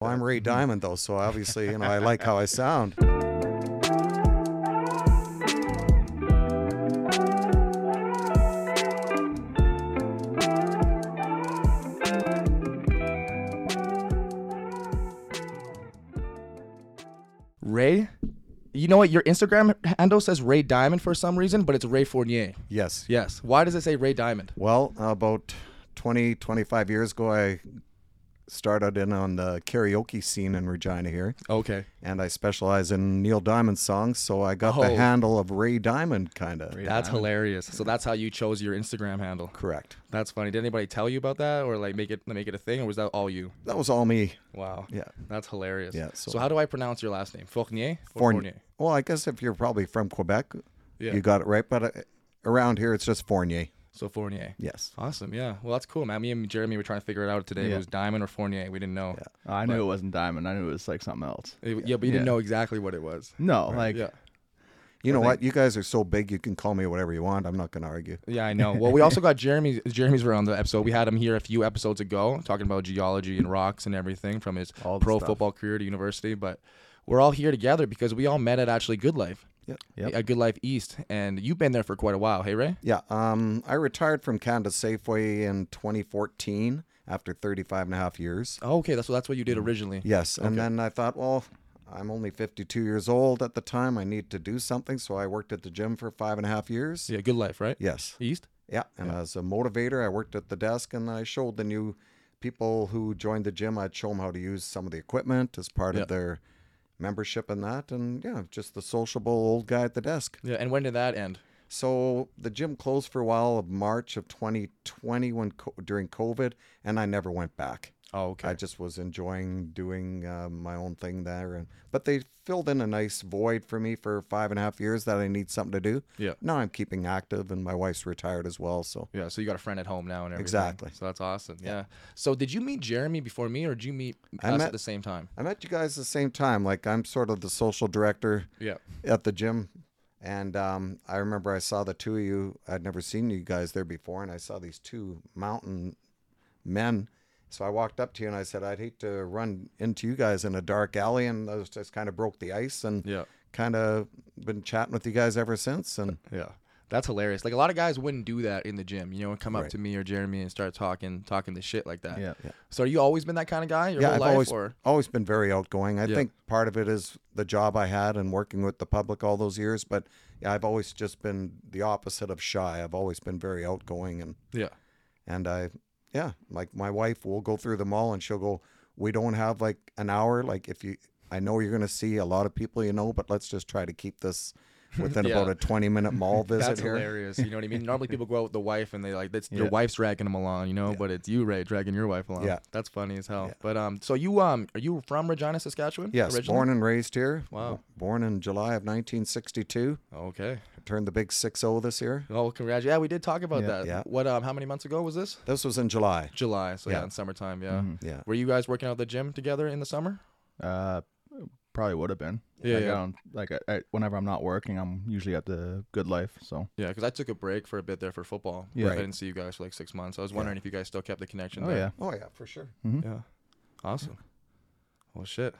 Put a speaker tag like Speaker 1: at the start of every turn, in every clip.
Speaker 1: Well, I'm Ray Diamond though, so obviously, you know, I like how I sound.
Speaker 2: Ray, you know what? Your Instagram handle says Ray Diamond for some reason, but it's Ray Fournier.
Speaker 1: Yes.
Speaker 2: Yes. Why does it say Ray Diamond?
Speaker 1: Well, about 20, 25 years ago, I started in on the karaoke scene in Regina here,
Speaker 2: Okay.
Speaker 1: and I specialize in Neil Diamond songs, so I got
Speaker 2: Oh.
Speaker 1: the handle of Ray Diamond, kind of.
Speaker 2: That's hilarious. So that's how you chose your Instagram handle.
Speaker 1: Correct.
Speaker 2: That's funny. Did anybody tell you about that or like make it make it a thing or was that all you?
Speaker 1: That was all me.
Speaker 2: Wow.
Speaker 1: Yeah.
Speaker 2: That's hilarious.
Speaker 1: Yeah,
Speaker 2: So,
Speaker 1: so-
Speaker 2: how do I pronounce your last name? Fournier? or
Speaker 1: Fourn- Well, I guess if you're probably from Quebec,
Speaker 2: Yeah.
Speaker 1: you got it right, but uh, around here, it's just Fournier.
Speaker 2: So Fournier.
Speaker 1: Yes.
Speaker 2: Awesome. Yeah. Well, that's cool, man. Me and Jeremy were trying to figure it out today. It
Speaker 3: Yeah.
Speaker 2: was Diamond or Fournier. We didn't know.
Speaker 3: Oh, I knew it wasn't diamond. I knew it was like something else.
Speaker 2: It- yeah. but you didn't
Speaker 3: Yeah.
Speaker 2: know exactly what it was.
Speaker 3: No, like
Speaker 2: Yeah.
Speaker 1: You know what? You guys are so big, you can call me whatever you want. I'm not going to argue.
Speaker 2: Yeah, I know. Well, we also got Jeremy's. Jeremy's were on the episode. We had him here a few episodes ago, talking about geology and rocks and everything from his
Speaker 3: All the
Speaker 2: pro
Speaker 3: stuff.
Speaker 2: football career to university. But we're all here together because we all met at actually Good Life,
Speaker 1: Yeah.
Speaker 3: Yep.
Speaker 2: at Good Life East, and you've been there for quite a while. Hey, Ray.
Speaker 1: Yeah, um, I retired from Canada Safeway in 2014 after 35 and a half years.
Speaker 2: Oh, okay, that's that's what you did originally.
Speaker 1: Yes, and then I thought, well, I'm only 52 years old at the time. I need to do something, so I worked at the gym for five and a half years.
Speaker 2: Yeah, Good Life, right?
Speaker 1: Yes,
Speaker 2: East.
Speaker 1: yeah, and as a motivator, I worked at the desk, and I showed the new people who joined the gym. I'd show them how to use some of the equipment as part
Speaker 2: Yeah.
Speaker 1: of their membership and that, and yeah, just the sociable old guy at the desk.
Speaker 2: Yeah, and when did that end?
Speaker 1: So the gym closed for a while of March of 2020 when co- during COVID, and I never went back.
Speaker 2: Oh, okay.
Speaker 1: I just was enjoying doing uh, my own thing there, and but they filled in a nice void for me for five and a half years that I need something to do.
Speaker 2: Yeah.
Speaker 1: Now I'm keeping active, and my wife's retired as well. So
Speaker 2: yeah, so you got a friend at home now and everything.
Speaker 1: Exactly.
Speaker 2: So that's awesome. Yeah. So did you meet Jeremy before me, or did you meet
Speaker 1: I
Speaker 2: us at
Speaker 1: met-
Speaker 2: the same time?
Speaker 1: I met you guys at the same time. Like I'm sort of the social director
Speaker 2: Yeah.
Speaker 1: at the gym. And um, I remember I saw the two of you. I'd never seen you guys there before, and I saw these two mountain men. So I walked up to you and I said, "I'd hate to run into you guys in a dark alley." And I was just kind of broke the ice and
Speaker 2: Yeah.
Speaker 1: kind of been chatting with you guys ever since. And
Speaker 2: Yeah. That's hilarious. Like a lot of guys wouldn't do that in the gym, you know, and come up
Speaker 1: Right.
Speaker 2: to me or Jeremy and start talking, talking the shit like that.
Speaker 3: Yeah.
Speaker 2: So you always been that kind of guy your
Speaker 1: yeah,
Speaker 2: whole
Speaker 1: I've
Speaker 2: life,
Speaker 1: always
Speaker 2: or
Speaker 1: always been very outgoing. I
Speaker 2: Yeah.
Speaker 1: think part of it is the job I had and working with the public all those years. But yeah, I've always just been the opposite of shy. I've always been very outgoing and
Speaker 2: yeah,
Speaker 1: And I, yeah, like my wife will go through the mall and she'll go, we don't have like an hour. Like if you, I know you're going to see a lot of people you know, but let's just try to keep this within
Speaker 2: Yeah.
Speaker 1: about a 20 minute mall visit
Speaker 2: that's
Speaker 1: here.
Speaker 2: hilarious. You know what I mean? Normally people go out with the wife and they like that's your
Speaker 3: Yeah.
Speaker 2: wife's dragging them along, you know, but it's you Ray dragging your wife along.
Speaker 1: Yeah.
Speaker 2: that's funny as hell.
Speaker 1: Yeah.
Speaker 2: But um, so you um, are you from Regina, Saskatchewan?
Speaker 1: Yes,
Speaker 2: originally?
Speaker 1: born and raised here.
Speaker 2: Wow.
Speaker 1: Born in July of 1962.
Speaker 2: Okay.
Speaker 1: Turned the big 6 0 this year.
Speaker 2: Oh, congratulations. Yeah, we did talk about
Speaker 3: Yeah.
Speaker 2: that.
Speaker 1: Yeah.
Speaker 2: What um, how many months ago was this?
Speaker 1: This was in July.
Speaker 2: July. So yeah,
Speaker 1: Yeah. Mm-hmm.
Speaker 2: in summertime. Yeah.
Speaker 3: mm-hmm.
Speaker 1: Yeah.
Speaker 2: Were you guys working out at the gym together in the summer?
Speaker 3: Uh, probably would have been.
Speaker 2: Yeah,
Speaker 3: Like,
Speaker 2: yeah.
Speaker 3: I don't, like I, I, whenever I'm not working, I'm usually at the good life. So
Speaker 2: Yeah, because I took a break for a bit there for football.
Speaker 3: Yeah.
Speaker 2: I didn't see you guys for like six months. I was wondering if you guys still kept the connection.
Speaker 3: oh
Speaker 2: there.
Speaker 3: yeah,
Speaker 1: Oh, yeah, for sure.
Speaker 2: Yeah. Awesome. Well, shit.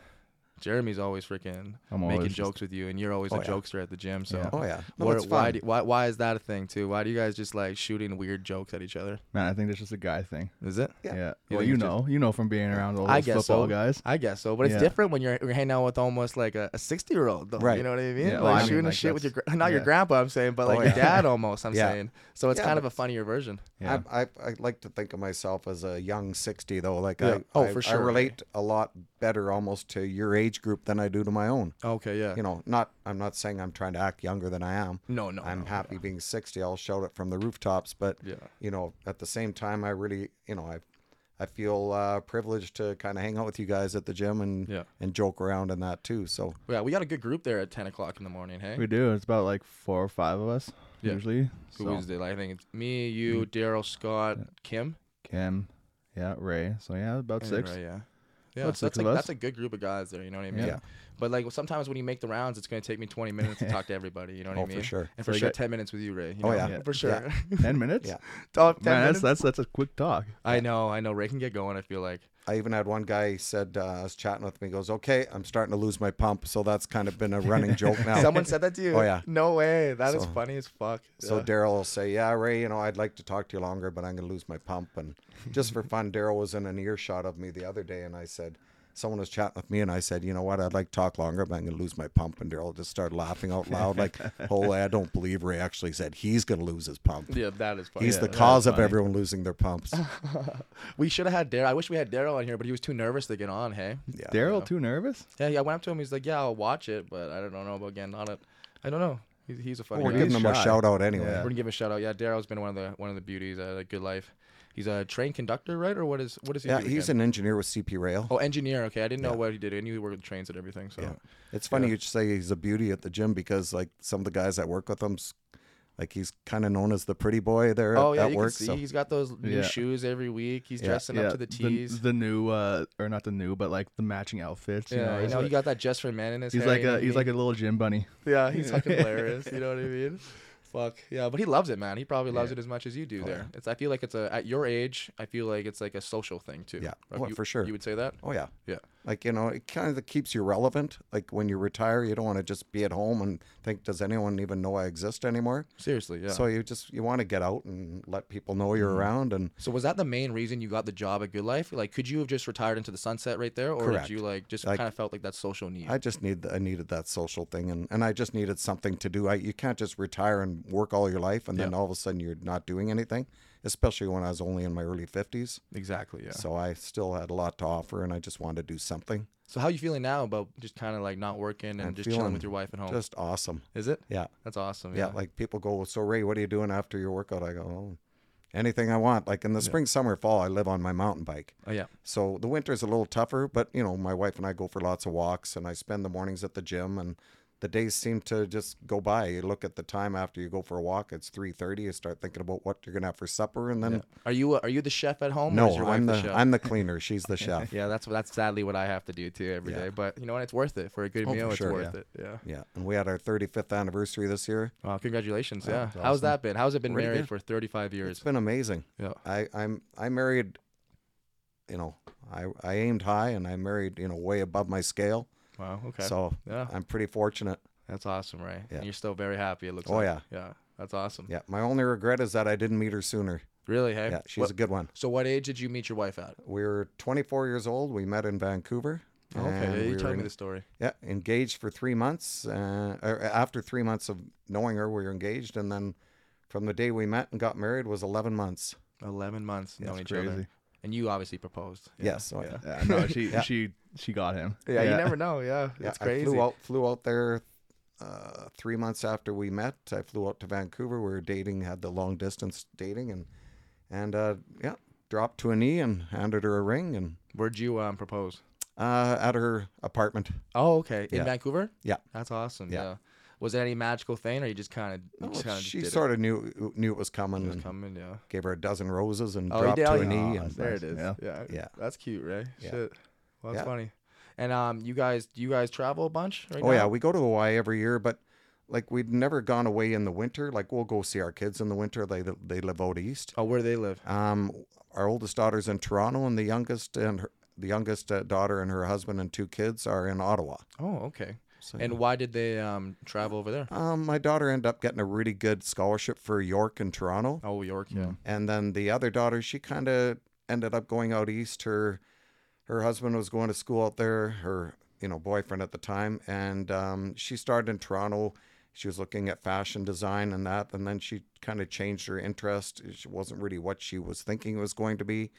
Speaker 2: Jeremy's always freaking
Speaker 3: I'm
Speaker 2: making
Speaker 3: always just- Oh,
Speaker 2: jokes with you, and you're always a
Speaker 1: yeah.
Speaker 2: jokester at the gym. So,
Speaker 3: Yeah.
Speaker 1: Oh, yeah. No,
Speaker 2: Where-
Speaker 1: it's
Speaker 2: why,
Speaker 1: fun.
Speaker 2: do, why why is that a thing too? Why do you guys just like shooting weird jokes at each other?
Speaker 3: man. I think that's just a guy thing.
Speaker 2: Is it?
Speaker 1: Yeah.
Speaker 3: Yeah.
Speaker 2: You
Speaker 3: well,
Speaker 2: think
Speaker 3: you
Speaker 2: it's just-
Speaker 3: know, you know from being around all those
Speaker 2: I guess
Speaker 3: football
Speaker 2: so.
Speaker 3: guys.
Speaker 2: I guess so, but it's
Speaker 3: Yeah.
Speaker 2: different when you're, you're hanging out with almost like a, a 60 year old, though. You
Speaker 1: Right.
Speaker 2: know what I mean?
Speaker 3: Yeah,
Speaker 2: like
Speaker 3: well, I mean,
Speaker 2: shooting the
Speaker 3: like,
Speaker 2: shit with your
Speaker 3: that's-
Speaker 2: gra- not your
Speaker 3: yeah.
Speaker 2: grandpa, I'm saying, but like
Speaker 1: Oh,
Speaker 2: your
Speaker 1: yeah.
Speaker 2: dad almost, I'm
Speaker 1: Yeah.
Speaker 2: saying. So it's
Speaker 1: Yeah,
Speaker 2: kind of
Speaker 1: but
Speaker 2: a funnier version.
Speaker 3: Yeah.
Speaker 1: I, I, I like to think of myself as a young 60, though. Like,
Speaker 2: Yeah.
Speaker 1: I,
Speaker 2: Oh,
Speaker 1: I,
Speaker 2: for
Speaker 1: I
Speaker 2: sure.
Speaker 1: relate a lot better almost to your age group than I do to my own.
Speaker 2: Okay, yeah.
Speaker 1: You know, not, I'm not saying I'm trying to act younger than I am.
Speaker 2: no, no.
Speaker 1: I'm
Speaker 2: no.
Speaker 1: happy being 60. I'll shout it from the rooftops. But,
Speaker 2: Yeah.
Speaker 1: you know, at the same time, I really, you know, I, I feel uh, privileged to kind of hang out with you guys at the gym and
Speaker 2: Yeah.
Speaker 1: and joke around and that too. So
Speaker 2: Yeah, we got a good group there at 10 o'clock in the morning, hey?
Speaker 3: We do. It's about like four or five of us
Speaker 2: Yeah.
Speaker 3: usually.
Speaker 2: Who
Speaker 3: So
Speaker 2: was it? I think it's me, you,
Speaker 1: Mm-hmm.
Speaker 2: Daryl, Scott, Kim.
Speaker 3: Kim, yeah, Ray. So yeah, about
Speaker 2: and
Speaker 3: six.
Speaker 2: Ray, yeah. Yeah,
Speaker 3: About
Speaker 2: so that's
Speaker 3: six of
Speaker 2: like
Speaker 3: us.
Speaker 2: that's a good group of guys there. You know what I mean?
Speaker 3: Yeah.
Speaker 2: But like sometimes when you make the rounds, it's gonna take me 20 minutes to talk to everybody. You know what I
Speaker 1: Oh, for
Speaker 2: mean?
Speaker 1: sure.
Speaker 2: And
Speaker 3: So
Speaker 2: for
Speaker 3: you
Speaker 2: sure,
Speaker 3: got-
Speaker 2: 10 minutes with you, Ray. you
Speaker 1: Oh,
Speaker 2: know?
Speaker 1: yeah.
Speaker 3: Yeah.
Speaker 2: for sure.
Speaker 3: Ten minutes.
Speaker 1: Yeah.
Speaker 2: Talk 10
Speaker 3: Man,
Speaker 2: minutes.
Speaker 3: that's that's that's a quick talk.
Speaker 2: I know, I know. Ray can get going. I feel like
Speaker 1: I even had one guy he said uh, I was chatting with me. He goes, "Okay, I'm starting to lose my pump." So that's kind of been a running joke now.
Speaker 2: Someone said that to you.
Speaker 1: Oh, yeah.
Speaker 2: No way. That is
Speaker 1: So-
Speaker 2: funny as fuck.
Speaker 1: So
Speaker 2: Yeah.
Speaker 1: Daryl will say, "Yeah, Ray, you know, I'd like to talk to you longer, but I'm going to lose my pump." And just for fun, Daryl was in an earshot of me the other day, and I said, "Someone was chatting with me," and I said, "You know what? I'd like to talk longer, but I'm going to lose my pump." And Daryl just started laughing out loud, like, "Holy, I don't believe Ray actually said he's going to lose his pump.
Speaker 2: yeah, that is funny.
Speaker 1: He's
Speaker 2: Yeah.
Speaker 1: the
Speaker 3: oh, that's
Speaker 1: cause of
Speaker 3: funny.
Speaker 1: everyone losing their pumps."
Speaker 2: We should have had Daryl. I wish we had Daryl on here, but he was too nervous to get on. Hey.
Speaker 1: Yeah.
Speaker 3: Daryl too nervous?
Speaker 2: Yeah, yeah. I went up to him. He's like, "Yeah, I'll watch it, but I don't know about getting on it. I don't know. He's, he's a funny.
Speaker 1: Well, we're
Speaker 2: guy.
Speaker 1: giving
Speaker 3: he's
Speaker 1: him a
Speaker 3: shy.
Speaker 1: shout out anyway.
Speaker 3: Yeah.
Speaker 2: We're gonna give him a shout out. Yeah, Daryl's been one of the one of the beauties at uh, Good Life. He's a train conductor, right? Or what is what is he?
Speaker 1: Yeah,
Speaker 2: do
Speaker 1: he's
Speaker 2: again?
Speaker 1: an engineer with CP Rail.
Speaker 2: oh engineer. Okay, I didn't know
Speaker 1: Yeah.
Speaker 2: what he did. I knew he worked with trains and everything. So
Speaker 1: Yeah. It's funny you say he's a beauty at the gym because like some of the guys that work with him, s- like he's kind of known as the pretty boy there
Speaker 2: oh
Speaker 1: at,
Speaker 2: yeah,
Speaker 1: at
Speaker 2: you
Speaker 1: work.
Speaker 2: can see
Speaker 1: so
Speaker 2: he's got those new
Speaker 3: Yeah.
Speaker 2: shoes every week. He's
Speaker 1: Yeah.
Speaker 2: dressing up to the tees.
Speaker 3: The, new, uh, or not the new, but like the matching outfits.
Speaker 2: yeah, you
Speaker 3: he's
Speaker 2: know, he
Speaker 3: like-
Speaker 2: got that just for men in his
Speaker 3: he's
Speaker 2: hair,
Speaker 3: like
Speaker 2: you know
Speaker 3: a
Speaker 2: what I
Speaker 3: he's like
Speaker 2: mean?
Speaker 3: a little gym bunny.
Speaker 2: yeah, he's fucking hilarious. You know what I mean? Fuck yeah, but he loves it, man. He probably loves
Speaker 3: Yeah.
Speaker 2: it as much as you do.
Speaker 1: Oh,
Speaker 2: there,
Speaker 1: yeah.
Speaker 2: it's I feel like it's a at your age, I feel like it's like a social thing too.
Speaker 1: Yeah.
Speaker 2: Right?
Speaker 1: Oh,
Speaker 2: You-
Speaker 1: for sure.
Speaker 2: You would say that?
Speaker 1: oh yeah,
Speaker 2: Yeah.
Speaker 1: like you know, it kind of keeps you relevant. Like when you retire, you don't want to just be at home and think, does anyone even know I exist anymore?
Speaker 2: Seriously, yeah. Mm-hmm.
Speaker 1: So you just you want to get out and let people know you're around. And
Speaker 2: So was that the main reason you got the job at Good Life? Like, could you have just retired into the sunset right there, or
Speaker 1: Correct.
Speaker 2: did you like just
Speaker 1: Like-
Speaker 2: kind of felt like that social need?
Speaker 1: I just need I needed that social thing, and and I just needed something to do. I you can't just retire and work all your life, and then
Speaker 2: Yeah.
Speaker 1: all of a sudden you're not doing anything. Especially when I was only in my early fifties.
Speaker 2: exactly. Yeah. So,
Speaker 1: So I still had a lot to offer, and I just wanted to do something.
Speaker 2: how you feeling now about just kind of like not working and
Speaker 1: I'm
Speaker 2: just chilling
Speaker 1: feeling
Speaker 2: with your wife at home?
Speaker 1: Just awesome.
Speaker 2: Is it?
Speaker 1: Yeah.
Speaker 2: That's awesome.
Speaker 1: yeah,
Speaker 2: Oh. Yeah.
Speaker 1: Like people go, so Ray, what are you doing after your workout? I go, oh, anything I want. Like in the spring, summer, fall, I live on my mountain bike.
Speaker 2: oh yeah.
Speaker 1: So the winter is a little tougher, but you know, my wife and I go for lots of walks, and I spend the mornings at the gym, and the days seem to just go by. You look at the time after you go for a walk; it's three thirty. You start thinking about what you're gonna have for supper, and then
Speaker 2: Are you uh, are you the chef at home? or is
Speaker 1: no,
Speaker 2: your wife
Speaker 1: I'm the,
Speaker 2: chef?
Speaker 1: I'm the cleaner. She's the chef.
Speaker 2: yeah, that's that's sadly what I have to do too every day.
Speaker 1: Yeah.
Speaker 2: But you know what? It's worth it for a good
Speaker 1: Oh,
Speaker 2: meal.
Speaker 1: for
Speaker 2: It's
Speaker 1: sure,
Speaker 2: worth it. Yeah.
Speaker 1: Yeah, and we had our 35th anniversary this year.
Speaker 2: Wow. Congratulations.
Speaker 1: Yeah,
Speaker 2: Yeah.
Speaker 1: it's
Speaker 2: How's
Speaker 1: awesome.
Speaker 2: that been? How's it been
Speaker 1: Really
Speaker 2: married
Speaker 1: good.
Speaker 2: for 35 years?
Speaker 1: It's been amazing.
Speaker 2: yeah.
Speaker 1: I, I'm I married, you know, I, I aimed high and I married, you know, way above my scale.
Speaker 2: Wow. Okay.
Speaker 1: So
Speaker 2: yeah.
Speaker 1: I'm pretty fortunate.
Speaker 2: That's awesome, right?
Speaker 1: Yeah.
Speaker 2: And you're still very happy. It looks.
Speaker 1: Oh,
Speaker 2: like.
Speaker 1: yeah.
Speaker 2: Yeah. That's awesome.
Speaker 1: Yeah. My only regret is that I didn't meet her sooner.
Speaker 2: Really? Hey.
Speaker 1: Yeah, she's
Speaker 2: What-
Speaker 1: a good one.
Speaker 2: So what age did you meet your wife at?
Speaker 1: We were 24 years old. We met in Vancouver. and
Speaker 2: yeah, you
Speaker 1: we
Speaker 2: told
Speaker 1: were
Speaker 2: me
Speaker 1: en-
Speaker 2: the story.
Speaker 1: Yeah, engaged for three months. Uh, or after three months of knowing her, we were engaged, and then from the day we met and got married was 11 months.
Speaker 2: Eleven months knowing
Speaker 3: That's
Speaker 2: each
Speaker 3: crazy.
Speaker 2: other, and you obviously proposed.
Speaker 1: Yes. Oh, yeah.
Speaker 3: Yeah, no, she she she got him.
Speaker 2: Yeah, you never know. Yeah,
Speaker 1: Yeah,
Speaker 2: it's
Speaker 1: I
Speaker 2: crazy.
Speaker 1: flew out, flew out there uh, three months after we met. I flew out to Vancouver. We were dating, had the long distance dating, and and uh, yeah, dropped to a knee and handed her a ring and
Speaker 2: Where'd you um propose?
Speaker 1: uh, at her apartment.
Speaker 2: Oh, okay, in
Speaker 1: Yeah.
Speaker 2: Vancouver.
Speaker 1: Yeah.
Speaker 2: that's awesome. Yeah.
Speaker 1: Yeah.
Speaker 2: Was it any magical thing, or you just kind of just
Speaker 1: Oh,
Speaker 2: kind of
Speaker 1: she
Speaker 2: did
Speaker 1: sort of knew knew it was coming
Speaker 2: it? It was
Speaker 1: and
Speaker 2: coming? Yeah.
Speaker 1: gave her a dozen roses and
Speaker 2: Oh, you
Speaker 1: dropped
Speaker 2: did?
Speaker 1: to
Speaker 2: Oh,
Speaker 1: a knee.
Speaker 3: yeah.
Speaker 1: and
Speaker 2: There
Speaker 3: Nice,
Speaker 2: it is. Yeah.
Speaker 3: yeah.
Speaker 2: yeah.
Speaker 1: Yeah.
Speaker 2: That's cute, right?
Speaker 1: Yeah.
Speaker 2: Shit. Well, that's
Speaker 1: Yeah.
Speaker 2: funny. And um, you guys, do you guys travel a bunch? Right
Speaker 1: oh
Speaker 2: now?
Speaker 1: yeah, we go to Hawaii every year, but. Like we've never gone away in the winter. Like we'll go see our kids in the winter. They they live out east.
Speaker 2: Oh, where do they live?
Speaker 1: Um, our oldest daughter's in Toronto, and the youngest and her, the youngest uh, daughter and her husband and two kids are in Ottawa.
Speaker 2: Oh, okay.
Speaker 1: So,
Speaker 2: And why did they um travel over there?
Speaker 1: um, my daughter ended up getting a really good scholarship for York and Toronto,
Speaker 2: Oh, York. Yeah.
Speaker 1: and then the other daughter, she kind of ended up going out east. Her her husband was going to school out there. Her you know boyfriend at the time, and um, she started in Toronto. She was looking at fashion design and that, and then she kind of changed her interest. It wasn't really what she was thinking it was going to be,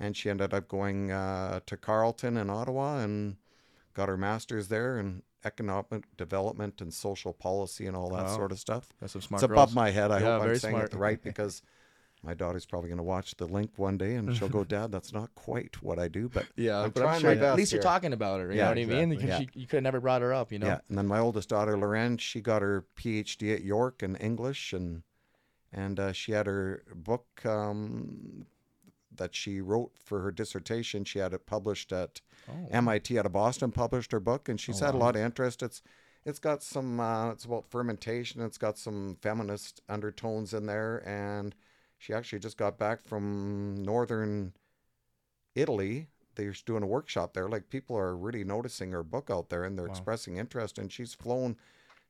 Speaker 1: and she ended up going uh, to Carleton in Ottawa and got her master's there in economic development and social policy and all that
Speaker 2: Wow.
Speaker 1: sort of stuff
Speaker 2: That's some smart
Speaker 1: it's
Speaker 2: girls.
Speaker 1: above my head. I
Speaker 2: Yeah,
Speaker 1: hope I'm
Speaker 2: very
Speaker 1: saying
Speaker 2: smart.
Speaker 1: it right because my daughter's probably going to watch the link one day and she'll go, Dad, that's not quite what I do. But
Speaker 2: Yeah,
Speaker 1: I'm
Speaker 2: but
Speaker 1: trying
Speaker 2: I'm sure
Speaker 1: my
Speaker 2: at least
Speaker 1: best
Speaker 2: you're
Speaker 1: here.
Speaker 2: talking about her. You
Speaker 1: Yeah,
Speaker 2: know what I mean?
Speaker 3: exactly.
Speaker 2: Because
Speaker 1: Yeah.
Speaker 2: you, you could have never brought her up, you know?
Speaker 1: yeah. And then my oldest daughter, Loren, she got her PhD at York in English and and uh, she had her book um, that she wrote for her dissertation. She had it published at
Speaker 2: Oh.
Speaker 1: MIT out of Boston published her book, and she's had a lot of interest. It's it's got some uh, it's about fermentation. It's got some feminist undertones in there, and she actually just got back from northern Italy. they're doing a workshop there. Like people are really noticing her book out there and they're expressing interest. And she's flown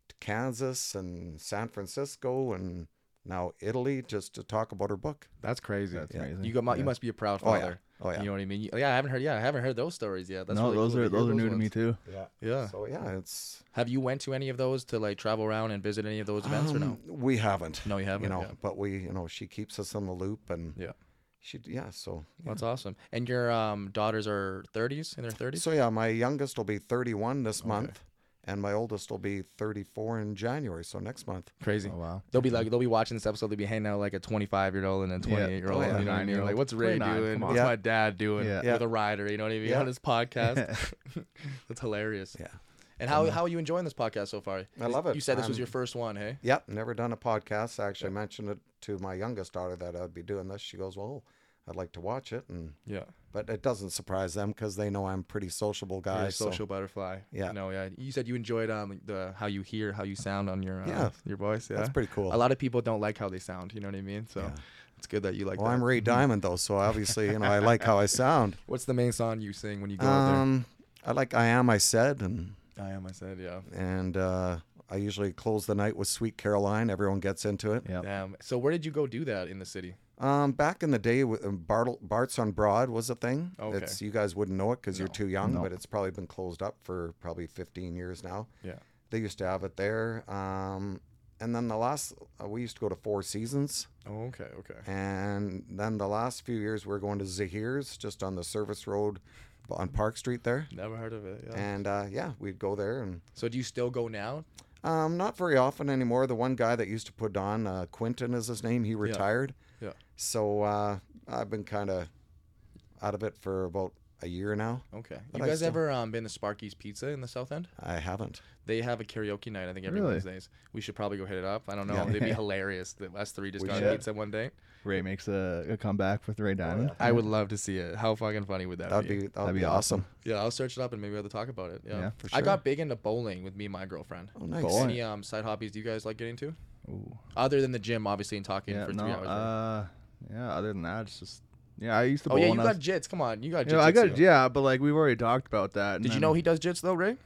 Speaker 1: to Kansas and San Francisco and now Italy just to talk about her book.
Speaker 2: That's crazy.
Speaker 3: That's amazing.
Speaker 2: You got mu- you
Speaker 3: Yeah.
Speaker 2: must be a proud
Speaker 1: Oh, yeah.
Speaker 2: father.
Speaker 1: Oh, yeah.
Speaker 2: You know what I mean? You- yeah, I haven't heard. Yeah, I haven't heard those stories yet. That's
Speaker 3: no,
Speaker 2: really
Speaker 3: those
Speaker 2: cool
Speaker 3: are
Speaker 2: to hear
Speaker 3: those are new to me
Speaker 2: ones.
Speaker 3: too.
Speaker 1: Yeah.
Speaker 2: Yeah.
Speaker 1: So yeah, it's
Speaker 2: Have you went to any of those to like travel around and visit any of those events or no?
Speaker 1: Um, We haven't.
Speaker 2: No, you haven't,
Speaker 1: You know,
Speaker 2: yeah.
Speaker 1: but we, you know, she keeps us in the loop and
Speaker 2: Yeah.
Speaker 1: she, yeah. So,
Speaker 2: That's awesome. And your um, daughters are 30s in their 30s.
Speaker 1: so yeah, my youngest will be 31 this month, and my oldest will be 34 in January. So next month.
Speaker 2: Crazy.
Speaker 3: wow.
Speaker 2: They'll be like, they'll be watching this episode. They'll be hanging out like a 25 year old and a 28 year old.
Speaker 1: Oh, yeah.
Speaker 2: You know what I mean? Like, what's Ray
Speaker 3: 29,
Speaker 2: doing?
Speaker 3: come on.
Speaker 2: What's
Speaker 1: Yeah.
Speaker 2: my dad doing?
Speaker 3: Yeah.
Speaker 1: Yeah.
Speaker 2: With a rider. You know what I mean?
Speaker 1: Yeah.
Speaker 2: On this podcast. That's hilarious.
Speaker 1: Yeah.
Speaker 2: And how, how are you enjoying this podcast so far?
Speaker 1: I love it.
Speaker 2: You said this was
Speaker 1: I'm-
Speaker 2: your first one, hey?
Speaker 1: Yep. Never done a podcast. I actually mentioned it to my youngest daughter that I'd be doing this. She goes, "Well, I'd like to watch it," and
Speaker 2: Yeah.
Speaker 1: but it doesn't surprise them because they know I'm a pretty sociable guy.
Speaker 2: You're a
Speaker 1: so-
Speaker 2: social butterfly.
Speaker 1: Yeah.
Speaker 2: No, yeah. You said you enjoyed um the how you hear, how you sound on your uh,
Speaker 1: Yeah.
Speaker 2: your voice. Yeah.
Speaker 1: That's pretty cool.
Speaker 2: A lot of people don't like how they sound. You know what I mean? So it's good that you like
Speaker 1: Well,
Speaker 2: that. Mm-hmm.
Speaker 1: I'm Ray Diamond though, so obviously you know I like how I sound.
Speaker 2: What's the main song you sing when you go out
Speaker 1: Um, I like I am I said and
Speaker 2: there? I am. I said, yeah.
Speaker 1: and uh, I usually close the night with Sweet Caroline. Everyone gets into it.
Speaker 3: Yeah.
Speaker 2: Damn. So where did you go do that in the city?
Speaker 1: Um, back in the day, w- uh, Bartle, Bart's on Broad was a thing.
Speaker 2: Okay.
Speaker 1: It's, you guys wouldn't know it because you're too young,
Speaker 3: No.
Speaker 1: but it's probably been closed up for probably 15 years now.
Speaker 2: Yeah.
Speaker 1: They used to have it there. Um, and then the last, uh, we used to go to Four Seasons.
Speaker 2: Oh, okay. Okay.
Speaker 1: And then the last few years, we are going to Zahir's just on the service road on Park Street there.
Speaker 2: Never heard of it. Yeah.
Speaker 1: And uh, yeah, we'd go there and
Speaker 2: so do you still go now?
Speaker 1: Um, not very often anymore. The one guy that used to put on, uh, Quinton is his name. He retired.
Speaker 2: Yeah.
Speaker 1: So uh, I've been kind of out of it for about a year now.
Speaker 2: Okay.
Speaker 1: But
Speaker 2: you
Speaker 1: I
Speaker 2: guys
Speaker 1: still-
Speaker 2: ever um, been to Sparky's Pizza in the South End?
Speaker 1: I haven't.
Speaker 2: They have a karaoke night, I think, every
Speaker 3: Really?
Speaker 2: Wednesdays. We should probably go hit it up. I don't know.
Speaker 1: Yeah.
Speaker 2: They'd be hilarious. The us three just
Speaker 1: We
Speaker 2: got
Speaker 3: should.
Speaker 2: pizza one day.
Speaker 3: Ray makes a, a comeback with Ray Diamond.
Speaker 2: Oh, I would love to see it. How fucking funny would that
Speaker 1: That'd
Speaker 2: be?
Speaker 1: be that'd,
Speaker 3: That'd
Speaker 1: be,
Speaker 3: be
Speaker 1: awesome.
Speaker 2: Yeah, I'll search it up and maybe we'll talk about it. Yeah,
Speaker 3: Yeah,
Speaker 2: for
Speaker 3: for
Speaker 2: sure. I got big into bowling with me and my girlfriend.
Speaker 1: Oh, nice.
Speaker 3: Boy.
Speaker 2: Any um, side hobbies do you guys like getting to?
Speaker 3: Ooh.
Speaker 2: Other than the gym, obviously, and talking
Speaker 3: Yeah.
Speaker 2: for
Speaker 3: No.
Speaker 2: three hours. right?
Speaker 3: Uh. Yeah. Other than that, it's just yeah. I used to.
Speaker 2: oh
Speaker 3: bowl
Speaker 2: yeah, you
Speaker 3: when I
Speaker 2: got
Speaker 3: was-
Speaker 2: jits. Come on, you got.
Speaker 3: Yeah, I got.
Speaker 2: jujitsu.
Speaker 3: Yeah, but like we've already talked about that. and
Speaker 2: Did you
Speaker 3: then-
Speaker 2: know he does jits though, Ray?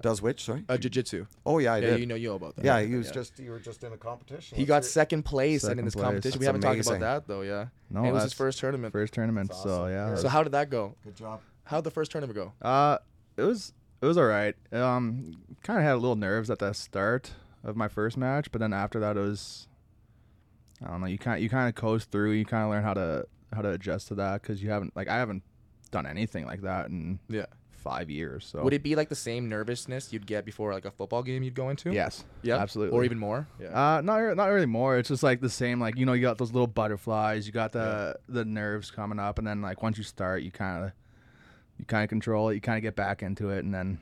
Speaker 1: Does which? Sorry.
Speaker 2: Uh, jiu-jitsu.
Speaker 1: Oh yeah, I
Speaker 2: yeah,
Speaker 1: did.
Speaker 2: you know you know about that.
Speaker 1: yeah, he was
Speaker 2: Yeah.
Speaker 1: just you were just in a competition.
Speaker 2: He
Speaker 1: That's
Speaker 2: got
Speaker 1: your-
Speaker 2: second place, and in
Speaker 3: Second
Speaker 2: this
Speaker 3: place.
Speaker 2: competition, we
Speaker 1: That's
Speaker 2: haven't talked
Speaker 1: amazing.
Speaker 2: about that though. Yeah,
Speaker 3: No,
Speaker 2: And it was his
Speaker 3: that's-
Speaker 2: first tournament.
Speaker 3: first tournament?
Speaker 1: That's
Speaker 3: So
Speaker 1: awesome.
Speaker 3: yeah.
Speaker 2: So how did that go?
Speaker 1: good job.
Speaker 2: How'd the first tournament go?
Speaker 3: Uh, it was it was all right. Um, kind of had a little nerves at the start of my first match, but then after that, it was I don't know. You kind you kind of coast through. You kind of learn how to how to adjust to that because you haven't like I haven't done anything like that in
Speaker 2: Yeah.
Speaker 3: five years. So
Speaker 2: Would it be like the same nervousness you'd get before like a football game you'd go into?
Speaker 3: yes,
Speaker 2: Yeah.
Speaker 3: absolutely,
Speaker 2: Or even more. Yeah.
Speaker 3: Uh, not re- not really more. It's just like the same. Like you know, you got those little butterflies. You got the the nerves coming up, and then like once you start, you kind of you kind of control it. You kind of get back into it, and then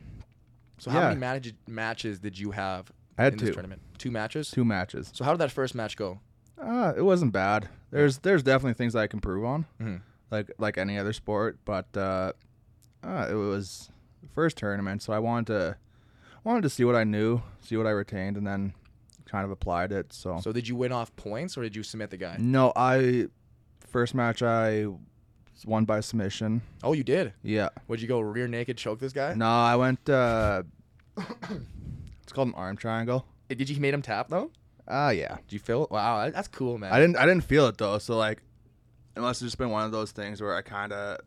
Speaker 2: So how
Speaker 3: yeah.
Speaker 2: many manage- matches did you have
Speaker 3: I had
Speaker 2: in
Speaker 3: two.
Speaker 2: this tournament? Two matches.
Speaker 3: two matches.
Speaker 2: So how did that first match go?
Speaker 3: Uh, it wasn't bad. There's there's definitely things I can improve on,
Speaker 2: Mhm.
Speaker 3: like like any other sport. But uh, uh, it was the first tournament, so I wanted to wanted to see what I knew, see what I retained, and then kind of applied it. So,
Speaker 2: So did you win off points or did you submit the guy?
Speaker 3: no, I first match I won by submission.
Speaker 2: Oh, you did.
Speaker 3: Yeah.
Speaker 2: Would you go rear naked choke this guy?
Speaker 3: No, I went. uh It's called an arm triangle.
Speaker 2: Did you made him tap though?
Speaker 3: Ah, yeah.
Speaker 2: Did you feel? Wow, that- that's cool, man.
Speaker 3: I didn't. I didn't feel it though. So like, unless it's just been one of those things where I kind of,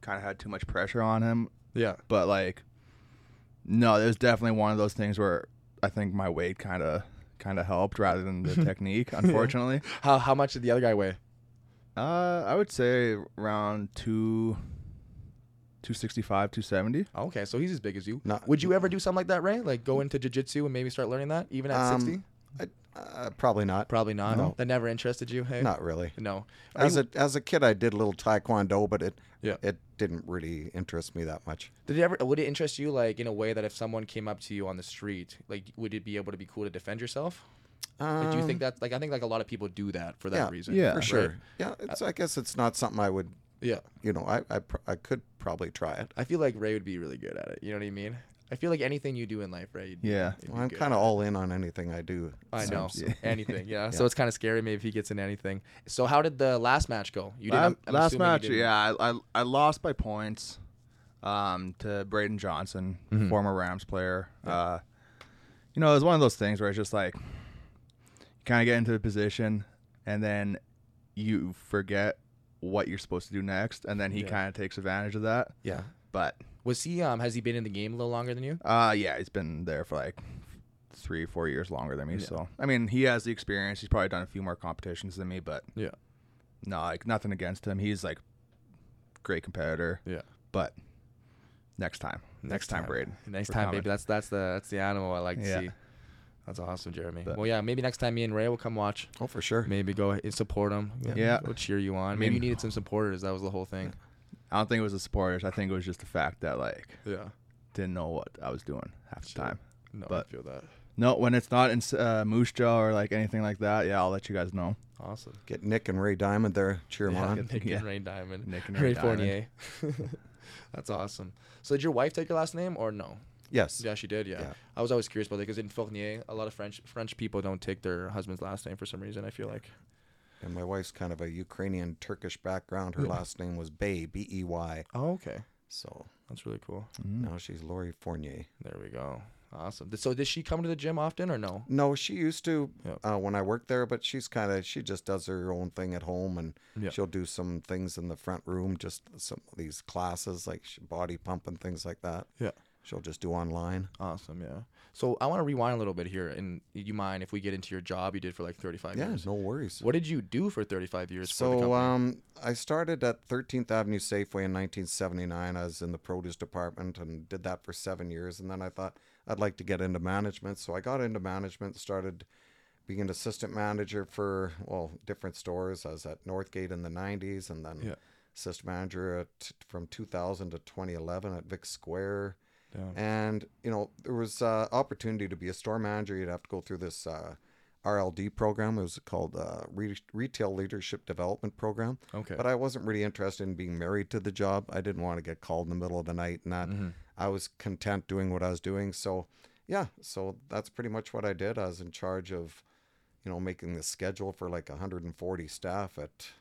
Speaker 3: kind of had too much pressure on him.
Speaker 2: yeah.
Speaker 3: But like, no, there's definitely one of those things where I think my weight kind of, kind of helped rather than the technique. Unfortunately,
Speaker 2: How how much did the other guy weigh?
Speaker 3: uh, I would say around two, two sixty five, two seventy.
Speaker 2: Oh, Okay, so he's as big as you.
Speaker 1: No.
Speaker 2: Would you ever do something like that, Ray? Like go into jujitsu and maybe start learning that even at
Speaker 1: Um,
Speaker 2: sixty?
Speaker 1: I, uh, probably not.
Speaker 2: Probably not.
Speaker 1: No.
Speaker 2: That never interested you. Hey.
Speaker 1: Not really.
Speaker 2: No. Are
Speaker 1: As
Speaker 2: you-
Speaker 1: a as a kid, I did a little taekwondo, but it
Speaker 2: Yeah.
Speaker 1: it didn't really interest me that much.
Speaker 2: did it ever? Would it interest you like in a way that if someone came up to you on the street, like would it be able to be cool to defend yourself? Like, do you
Speaker 1: Um,
Speaker 2: think that like I think like a lot of people do that for that
Speaker 1: Yeah,
Speaker 2: reason?
Speaker 3: yeah.
Speaker 2: right? Uh,
Speaker 1: for sure? Yeah, it's, I guess it's not something I would
Speaker 2: Yeah.
Speaker 1: you know, I I, pr- I could probably try it.
Speaker 2: I feel like Ray would be really good at it. You know what I mean? I feel like anything you do in life, Ray. You'd,
Speaker 3: Yeah.
Speaker 2: you'd be
Speaker 1: Well, I'm
Speaker 2: good
Speaker 1: kind
Speaker 2: at.
Speaker 1: of all in on anything I do.
Speaker 2: I
Speaker 1: so-
Speaker 2: know
Speaker 1: so-
Speaker 2: anything. Yeah. So it's kind of scary. Maybe if he gets in anything. So how did the last match go? You
Speaker 3: La-
Speaker 2: didn't. I'm- I'm
Speaker 3: last
Speaker 2: assuming you
Speaker 3: match,
Speaker 2: didn't-
Speaker 3: yeah, I, I I lost by points. um, to Braden Johnson,
Speaker 2: Mm-hmm.
Speaker 3: former Rams player. Uh, you know, it was one of those things where it's just like you kind of get into a position and then you forget what you're supposed to do next, and then he
Speaker 2: Yeah.
Speaker 3: kind of takes advantage of that.
Speaker 1: Yeah.
Speaker 3: But
Speaker 2: Was he? Um, has he been in the game a little longer than you?
Speaker 3: uh, yeah, he's been there for like three, four years longer than me. So I mean, he has the experience. He's probably done a few more competitions than me, but
Speaker 2: Yeah.
Speaker 3: no, like nothing against him. He's like great competitor,
Speaker 2: Yeah.
Speaker 3: but next time, next, time, Braden.
Speaker 2: Next
Speaker 3: We're
Speaker 2: time,
Speaker 3: coming.
Speaker 2: baby. That's that's the that's the animal I like to
Speaker 3: Yeah.
Speaker 2: see. That's awesome, Jeremy.
Speaker 3: But-
Speaker 2: well, yeah, maybe next time me and Ray will come watch.
Speaker 1: Oh, for sure.
Speaker 2: Maybe go and support him.
Speaker 3: Yeah.
Speaker 2: Go cheer you on. Maybe you
Speaker 3: mean-
Speaker 2: needed some supporters. That was the whole thing.
Speaker 3: I don't think it was the supporters. I think it was just the fact that like
Speaker 2: Yeah.
Speaker 3: didn't know what I was doing half the
Speaker 2: Sure.
Speaker 3: time.
Speaker 2: No,
Speaker 3: But-
Speaker 2: I feel that.
Speaker 3: No, when it's not in s- uh, Moose Jaw or like anything like that, yeah, I'll let you guys know.
Speaker 2: Awesome.
Speaker 1: Get Nick and Ray Diamond there. Cheer him
Speaker 2: Yeah,
Speaker 1: on.
Speaker 2: Nick and
Speaker 3: Yeah.
Speaker 2: Ray Diamond.
Speaker 3: Nick and
Speaker 2: Ray
Speaker 3: Ray Diamond.
Speaker 2: Fournier. That's awesome. So did your wife take your last name or no?
Speaker 1: Yes.
Speaker 2: Yeah, she did. Yeah,
Speaker 1: Yeah.
Speaker 2: I was always curious about that because in Fournier, a lot of French French people don't take their husband's last name for some reason. I feel like.
Speaker 1: And my wife's kind of a Ukrainian Turkish background. Her last name was Bay, B E Y.
Speaker 2: Oh, okay.
Speaker 1: So
Speaker 2: That's really cool.
Speaker 1: now she's Lori Fournier.
Speaker 2: There we go. Awesome. Th- So did she come to the gym often or no?
Speaker 1: No, she used to
Speaker 2: Yep.
Speaker 1: uh, when I worked there, but she's kind of she just does her own thing at home, and
Speaker 2: Yep.
Speaker 1: she'll do some things in the front room, just some of these classes like sh- body pump and things like that.
Speaker 2: Yeah.
Speaker 1: She'll just do online.
Speaker 2: Awesome. Yeah. So I want to rewind a little bit here, and you mind if we get into your job you did for like 35
Speaker 1: Yeah,
Speaker 2: years?
Speaker 1: no worries.
Speaker 2: What did you do for 35 years? for
Speaker 1: So
Speaker 2: the company?
Speaker 1: um, I started at 13th Avenue Safeway in 1979. I was in the produce department and did that for seven years. And then I thought I'd like to get into management. So I got into management, started being an assistant manager for, well, different stores. I was at Northgate in the 90s and then
Speaker 2: Yeah.
Speaker 1: assistant manager at, from 2000 to 2011 at Vic Square.
Speaker 2: Damn.
Speaker 1: And, you know, there was uh, opportunity to be a store manager. You'd have to go through this uh, RLD program. It was called uh, Re- Retail Leadership Development Program.
Speaker 2: okay.
Speaker 1: But I wasn't really interested in being married to the job. I didn't want to get called in the middle of the night and that.
Speaker 2: Mm-hmm.
Speaker 1: I was content doing what I was doing. So, yeah, so that's pretty much what I did. I was in charge of, you know, making the schedule for like 140 staff at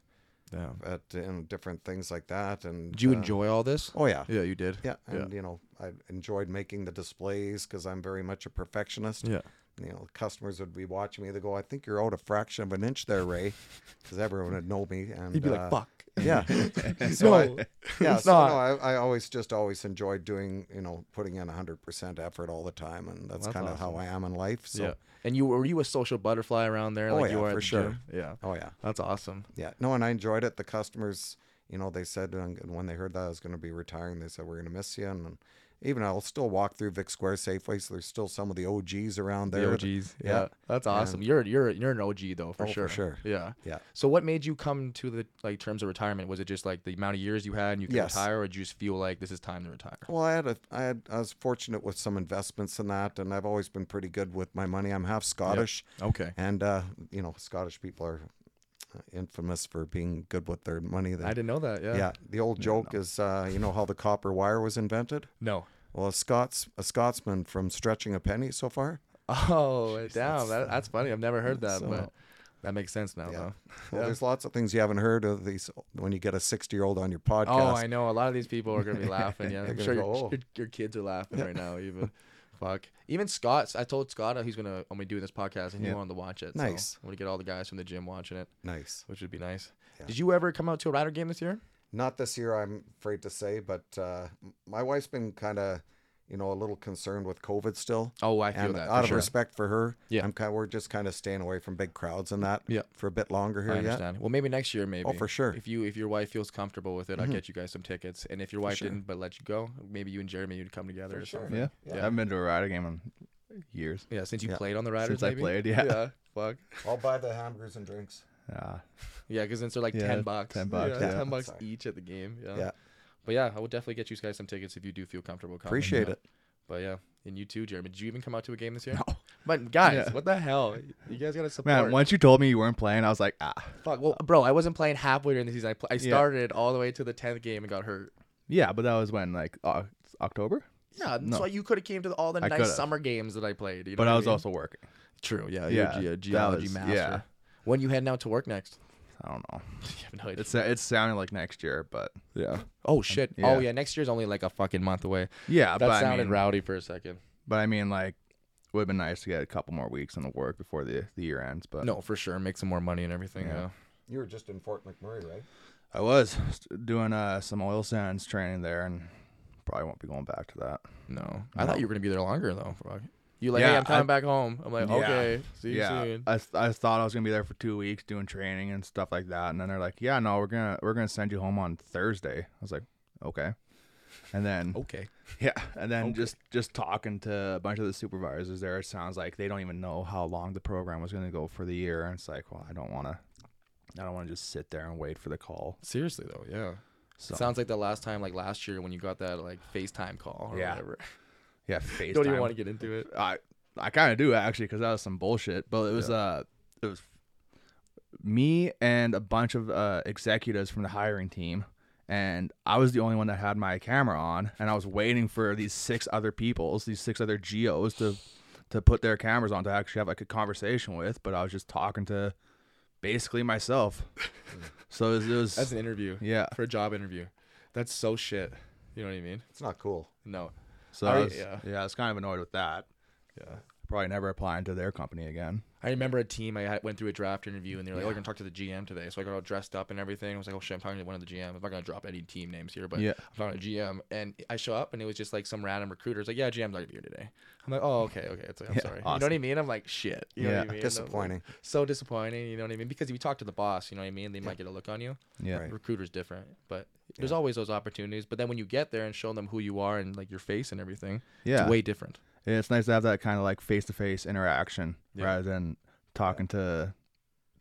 Speaker 2: Damn.
Speaker 1: at and different things like that. And
Speaker 2: Did you
Speaker 1: uh,
Speaker 2: enjoy all this?
Speaker 1: Oh yeah,
Speaker 2: Yeah, you did.
Speaker 1: yeah, and you know, I enjoyed making the displays because I'm very much a perfectionist.
Speaker 2: Yeah.
Speaker 1: You know, customers would be watching me. They go, "I think you're out a fraction of an inch there, Ray," because everyone would know me. And
Speaker 2: You'd be
Speaker 1: uh,
Speaker 2: like, "Fuck."
Speaker 1: Yeah.
Speaker 2: no.
Speaker 1: I- yeah.
Speaker 2: it's
Speaker 1: So
Speaker 2: not.
Speaker 1: no, I, I always just always enjoyed doing, you know, putting in 100% effort all the time, and that's,
Speaker 2: that's
Speaker 1: kind of how I am in life. So,
Speaker 2: Yeah. And you were you a social butterfly around there?
Speaker 1: Oh,
Speaker 2: like you
Speaker 1: yeah,
Speaker 2: are at
Speaker 1: for
Speaker 2: the
Speaker 1: sure.
Speaker 2: gym? Yeah.
Speaker 1: oh yeah,
Speaker 2: That's awesome.
Speaker 1: yeah. No, and I enjoyed it. The customers, you know, they said um, and when they heard that I was going to be retiring, they said we're going to miss you, and. even I'll still walk through Vic Square Safeway, so there's still some of the OGs around there.
Speaker 2: The
Speaker 1: that-
Speaker 2: OGs. Yeah. That's awesome. You're you're you're an OG though for
Speaker 1: Oh, for
Speaker 2: sure.
Speaker 1: sure.
Speaker 2: Yeah.
Speaker 1: Yeah.
Speaker 2: So what made you come to the like terms of retirement? Was it just like the amount of years you had and you could
Speaker 1: Yes.
Speaker 2: retire, or did you just feel like this is time to retire?
Speaker 1: Well, I had a, I had, I was fortunate with some investments in that, and I've always been pretty good with my money. I'm half Scottish,
Speaker 2: Okay.
Speaker 1: and uh, you know, Scottish people are uh, infamous for being good with their money. They,
Speaker 2: I didn't know that. Yeah.
Speaker 1: yeah, the old joke is, uh, you know, how the copper wire was invented.
Speaker 2: No.
Speaker 1: Well, a Scots, a Scotsman from stretching a penny so far.
Speaker 2: Oh, damn. That, that's funny. I've never heard that,
Speaker 1: so-
Speaker 2: but that makes sense now.
Speaker 1: Yeah.
Speaker 2: though.
Speaker 1: Well, there's lots of things you haven't heard of these when you get a 60 year old on your podcast.
Speaker 2: Oh, I know. A lot of these people are gonna be laughing. Yeah, I'm
Speaker 1: gonna
Speaker 2: sure your,
Speaker 1: go, "Oh."
Speaker 2: your, your kids are laughing right now. Even, fuck. Even Scott. I told Scott he's gonna only do this podcast, and he
Speaker 3: Yeah.
Speaker 2: wanted to watch it.
Speaker 1: Nice.
Speaker 2: So I'm gonna get all the guys from the gym watching it,
Speaker 1: Nice.
Speaker 2: which would be nice.
Speaker 1: Yeah.
Speaker 2: Did you ever come out to a Rider game this year?
Speaker 1: Not this year, I'm afraid to say, but uh, m- my wife's been kind of, you know, a little concerned with COVID still.
Speaker 2: Oh, I feel
Speaker 1: and
Speaker 2: that.
Speaker 1: out
Speaker 2: for
Speaker 1: of
Speaker 2: sure.
Speaker 1: respect for her,
Speaker 2: Yeah.
Speaker 1: I'm kind. We're just kind of staying away from big crowds and that.
Speaker 2: Yeah.
Speaker 1: for a bit longer here
Speaker 2: I
Speaker 1: yet. Oh,
Speaker 2: understand. Well, maybe next year, maybe.
Speaker 1: for sure.
Speaker 2: If you if your wife feels comfortable with it, I'll get you guys some tickets. And if your wife
Speaker 1: sure.
Speaker 2: didn't but let you go, maybe you and Jeremy you'd come together or something.
Speaker 3: Yeah.
Speaker 2: Yeah.
Speaker 3: I haven't been to a rider game in years.
Speaker 2: Yeah, since you
Speaker 1: Yeah.
Speaker 2: played on the Riders,
Speaker 3: Since I
Speaker 2: maybe?
Speaker 3: played, yeah.
Speaker 2: Yeah. Fuck.
Speaker 1: I'll buy the hamburgers and drinks.
Speaker 3: Uh,
Speaker 2: Yeah, because since they're like
Speaker 3: Yeah,
Speaker 2: ten bucks,
Speaker 3: 10 bucks,
Speaker 2: yeah,
Speaker 1: yeah.
Speaker 2: ten bucks
Speaker 1: Sorry.
Speaker 2: each at the game. Yeah.
Speaker 1: Yeah.
Speaker 2: But yeah, I will definitely get you guys some tickets if you do feel comfortable coming.
Speaker 1: Appreciate
Speaker 2: yeah.
Speaker 1: it.
Speaker 2: But yeah, and you too, Jeremy. Did you even come out to a game this year? No. But guys,
Speaker 3: Yeah.
Speaker 2: what the hell? You guys gotta support.
Speaker 3: man, once you told me you weren't playing, I was like, ah.
Speaker 2: Fuck. Well, bro, I wasn't playing halfway during the season. I, pl- I started all the way to the tenth game and got hurt.
Speaker 3: Yeah, but that was when like uh, October.
Speaker 2: Yeah,
Speaker 3: No.
Speaker 2: so you could have came to all the
Speaker 3: I
Speaker 2: nice
Speaker 3: could've.
Speaker 2: summer games that I played. You know
Speaker 3: But
Speaker 2: what
Speaker 3: I was
Speaker 2: mean?
Speaker 3: also working.
Speaker 2: true. Yeah,
Speaker 3: Yeah,
Speaker 2: you're a ge-
Speaker 3: that
Speaker 2: geology
Speaker 3: was-
Speaker 2: master.
Speaker 3: yeah.
Speaker 2: When you heading out to work next?
Speaker 3: I don't know.
Speaker 2: You have no idea.
Speaker 3: It's uh, it's sounding like next year, but
Speaker 2: Yeah. Oh shit.
Speaker 3: Yeah.
Speaker 2: Oh yeah. Next year's only like a fucking month away.
Speaker 3: yeah.
Speaker 2: That
Speaker 3: but
Speaker 2: sounded
Speaker 3: I mean,
Speaker 2: rowdy for a second.
Speaker 3: But I mean, like, would have been nice to get a couple more weeks in the work before the the year ends. But
Speaker 2: No, for sure. Make some more money and everything.
Speaker 3: Yeah.
Speaker 2: uh, Yeah.
Speaker 1: You were just in Fort McMurray, right?
Speaker 3: I was doing uh, some oil sands training there, and probably won't be going back to that.
Speaker 2: No. I thought you were gonna be there longer though. Fuck. You like,
Speaker 3: Yeah,
Speaker 2: hey, I'm coming
Speaker 3: I-
Speaker 2: back home. I'm like,
Speaker 3: Yeah.
Speaker 2: okay, see you
Speaker 3: yeah,
Speaker 2: soon.
Speaker 3: I, th- I thought I was gonna be there for two weeks doing training and stuff like that, and then they're like, "Yeah, no, we're gonna we're gonna send you home on Thursday." I was like, "Okay," and then
Speaker 2: Uh, Okay.
Speaker 3: yeah, and then just just talking to a bunch of the supervisors there, it sounds like they don't even know how long the program was gonna go for the year, and it's like, well, I don't wanna, I don't wanna just sit there and wait for the call.
Speaker 2: Seriously though, yeah.
Speaker 3: So
Speaker 2: Sounds like the last time, like last year when you got that like FaceTime call or
Speaker 3: Yeah.
Speaker 2: whatever.
Speaker 3: yeah, FaceTime.
Speaker 2: Don't even want to get into it.
Speaker 3: I I kind of do actually because that was some bullshit. But it was uh it was me and a bunch of uh, executives from the hiring team, and I was the only one that had my camera on, and I was waiting for these six other peoples, these six other geos to to put their cameras on to actually have like a conversation with. But I was just talking to basically myself. so it was, it was
Speaker 2: That's an interview.
Speaker 3: yeah.
Speaker 2: For a job interview. That's so shit. You know what I mean?
Speaker 1: It's not cool.
Speaker 2: No.
Speaker 3: So I
Speaker 2: I-
Speaker 3: was,
Speaker 2: yeah.
Speaker 3: yeah, I was kind of annoyed with that.
Speaker 2: Yeah.
Speaker 3: Probably never applying to their company again.
Speaker 2: I remember a team I had, went through a draft interview and they were like, "Oh, we're gonna talk to the GM today." So I got all dressed up and everything. I was like, "Oh shit, I'm talking to one of the GM." I'm not gonna drop any team names here, but
Speaker 3: Yeah.
Speaker 2: I'm talking to GM, and I show up and it was just like some random recruiter. It's like, "Yeah, GM's not gonna be here today." I'm like, "Oh, okay, okay." It's like, "I'm
Speaker 3: Yeah,
Speaker 2: sorry." You know
Speaker 3: awesome.
Speaker 2: what I mean? I'm like, "Shit." You know
Speaker 3: Yeah.
Speaker 2: what I mean?
Speaker 1: Disappointing.
Speaker 2: So disappointing. You know what I mean? Because if you talk to the boss, you know what I mean, they might get a look on you.
Speaker 3: Yeah.
Speaker 1: Right.
Speaker 2: Recruiter's different, but there's always those opportunities. But then when you get there and show them who you are and like your face and everything,
Speaker 3: Yeah.
Speaker 2: it's way different.
Speaker 3: Yeah, it's nice to have that kind of like face to face interaction
Speaker 2: Yeah.
Speaker 3: rather than talking to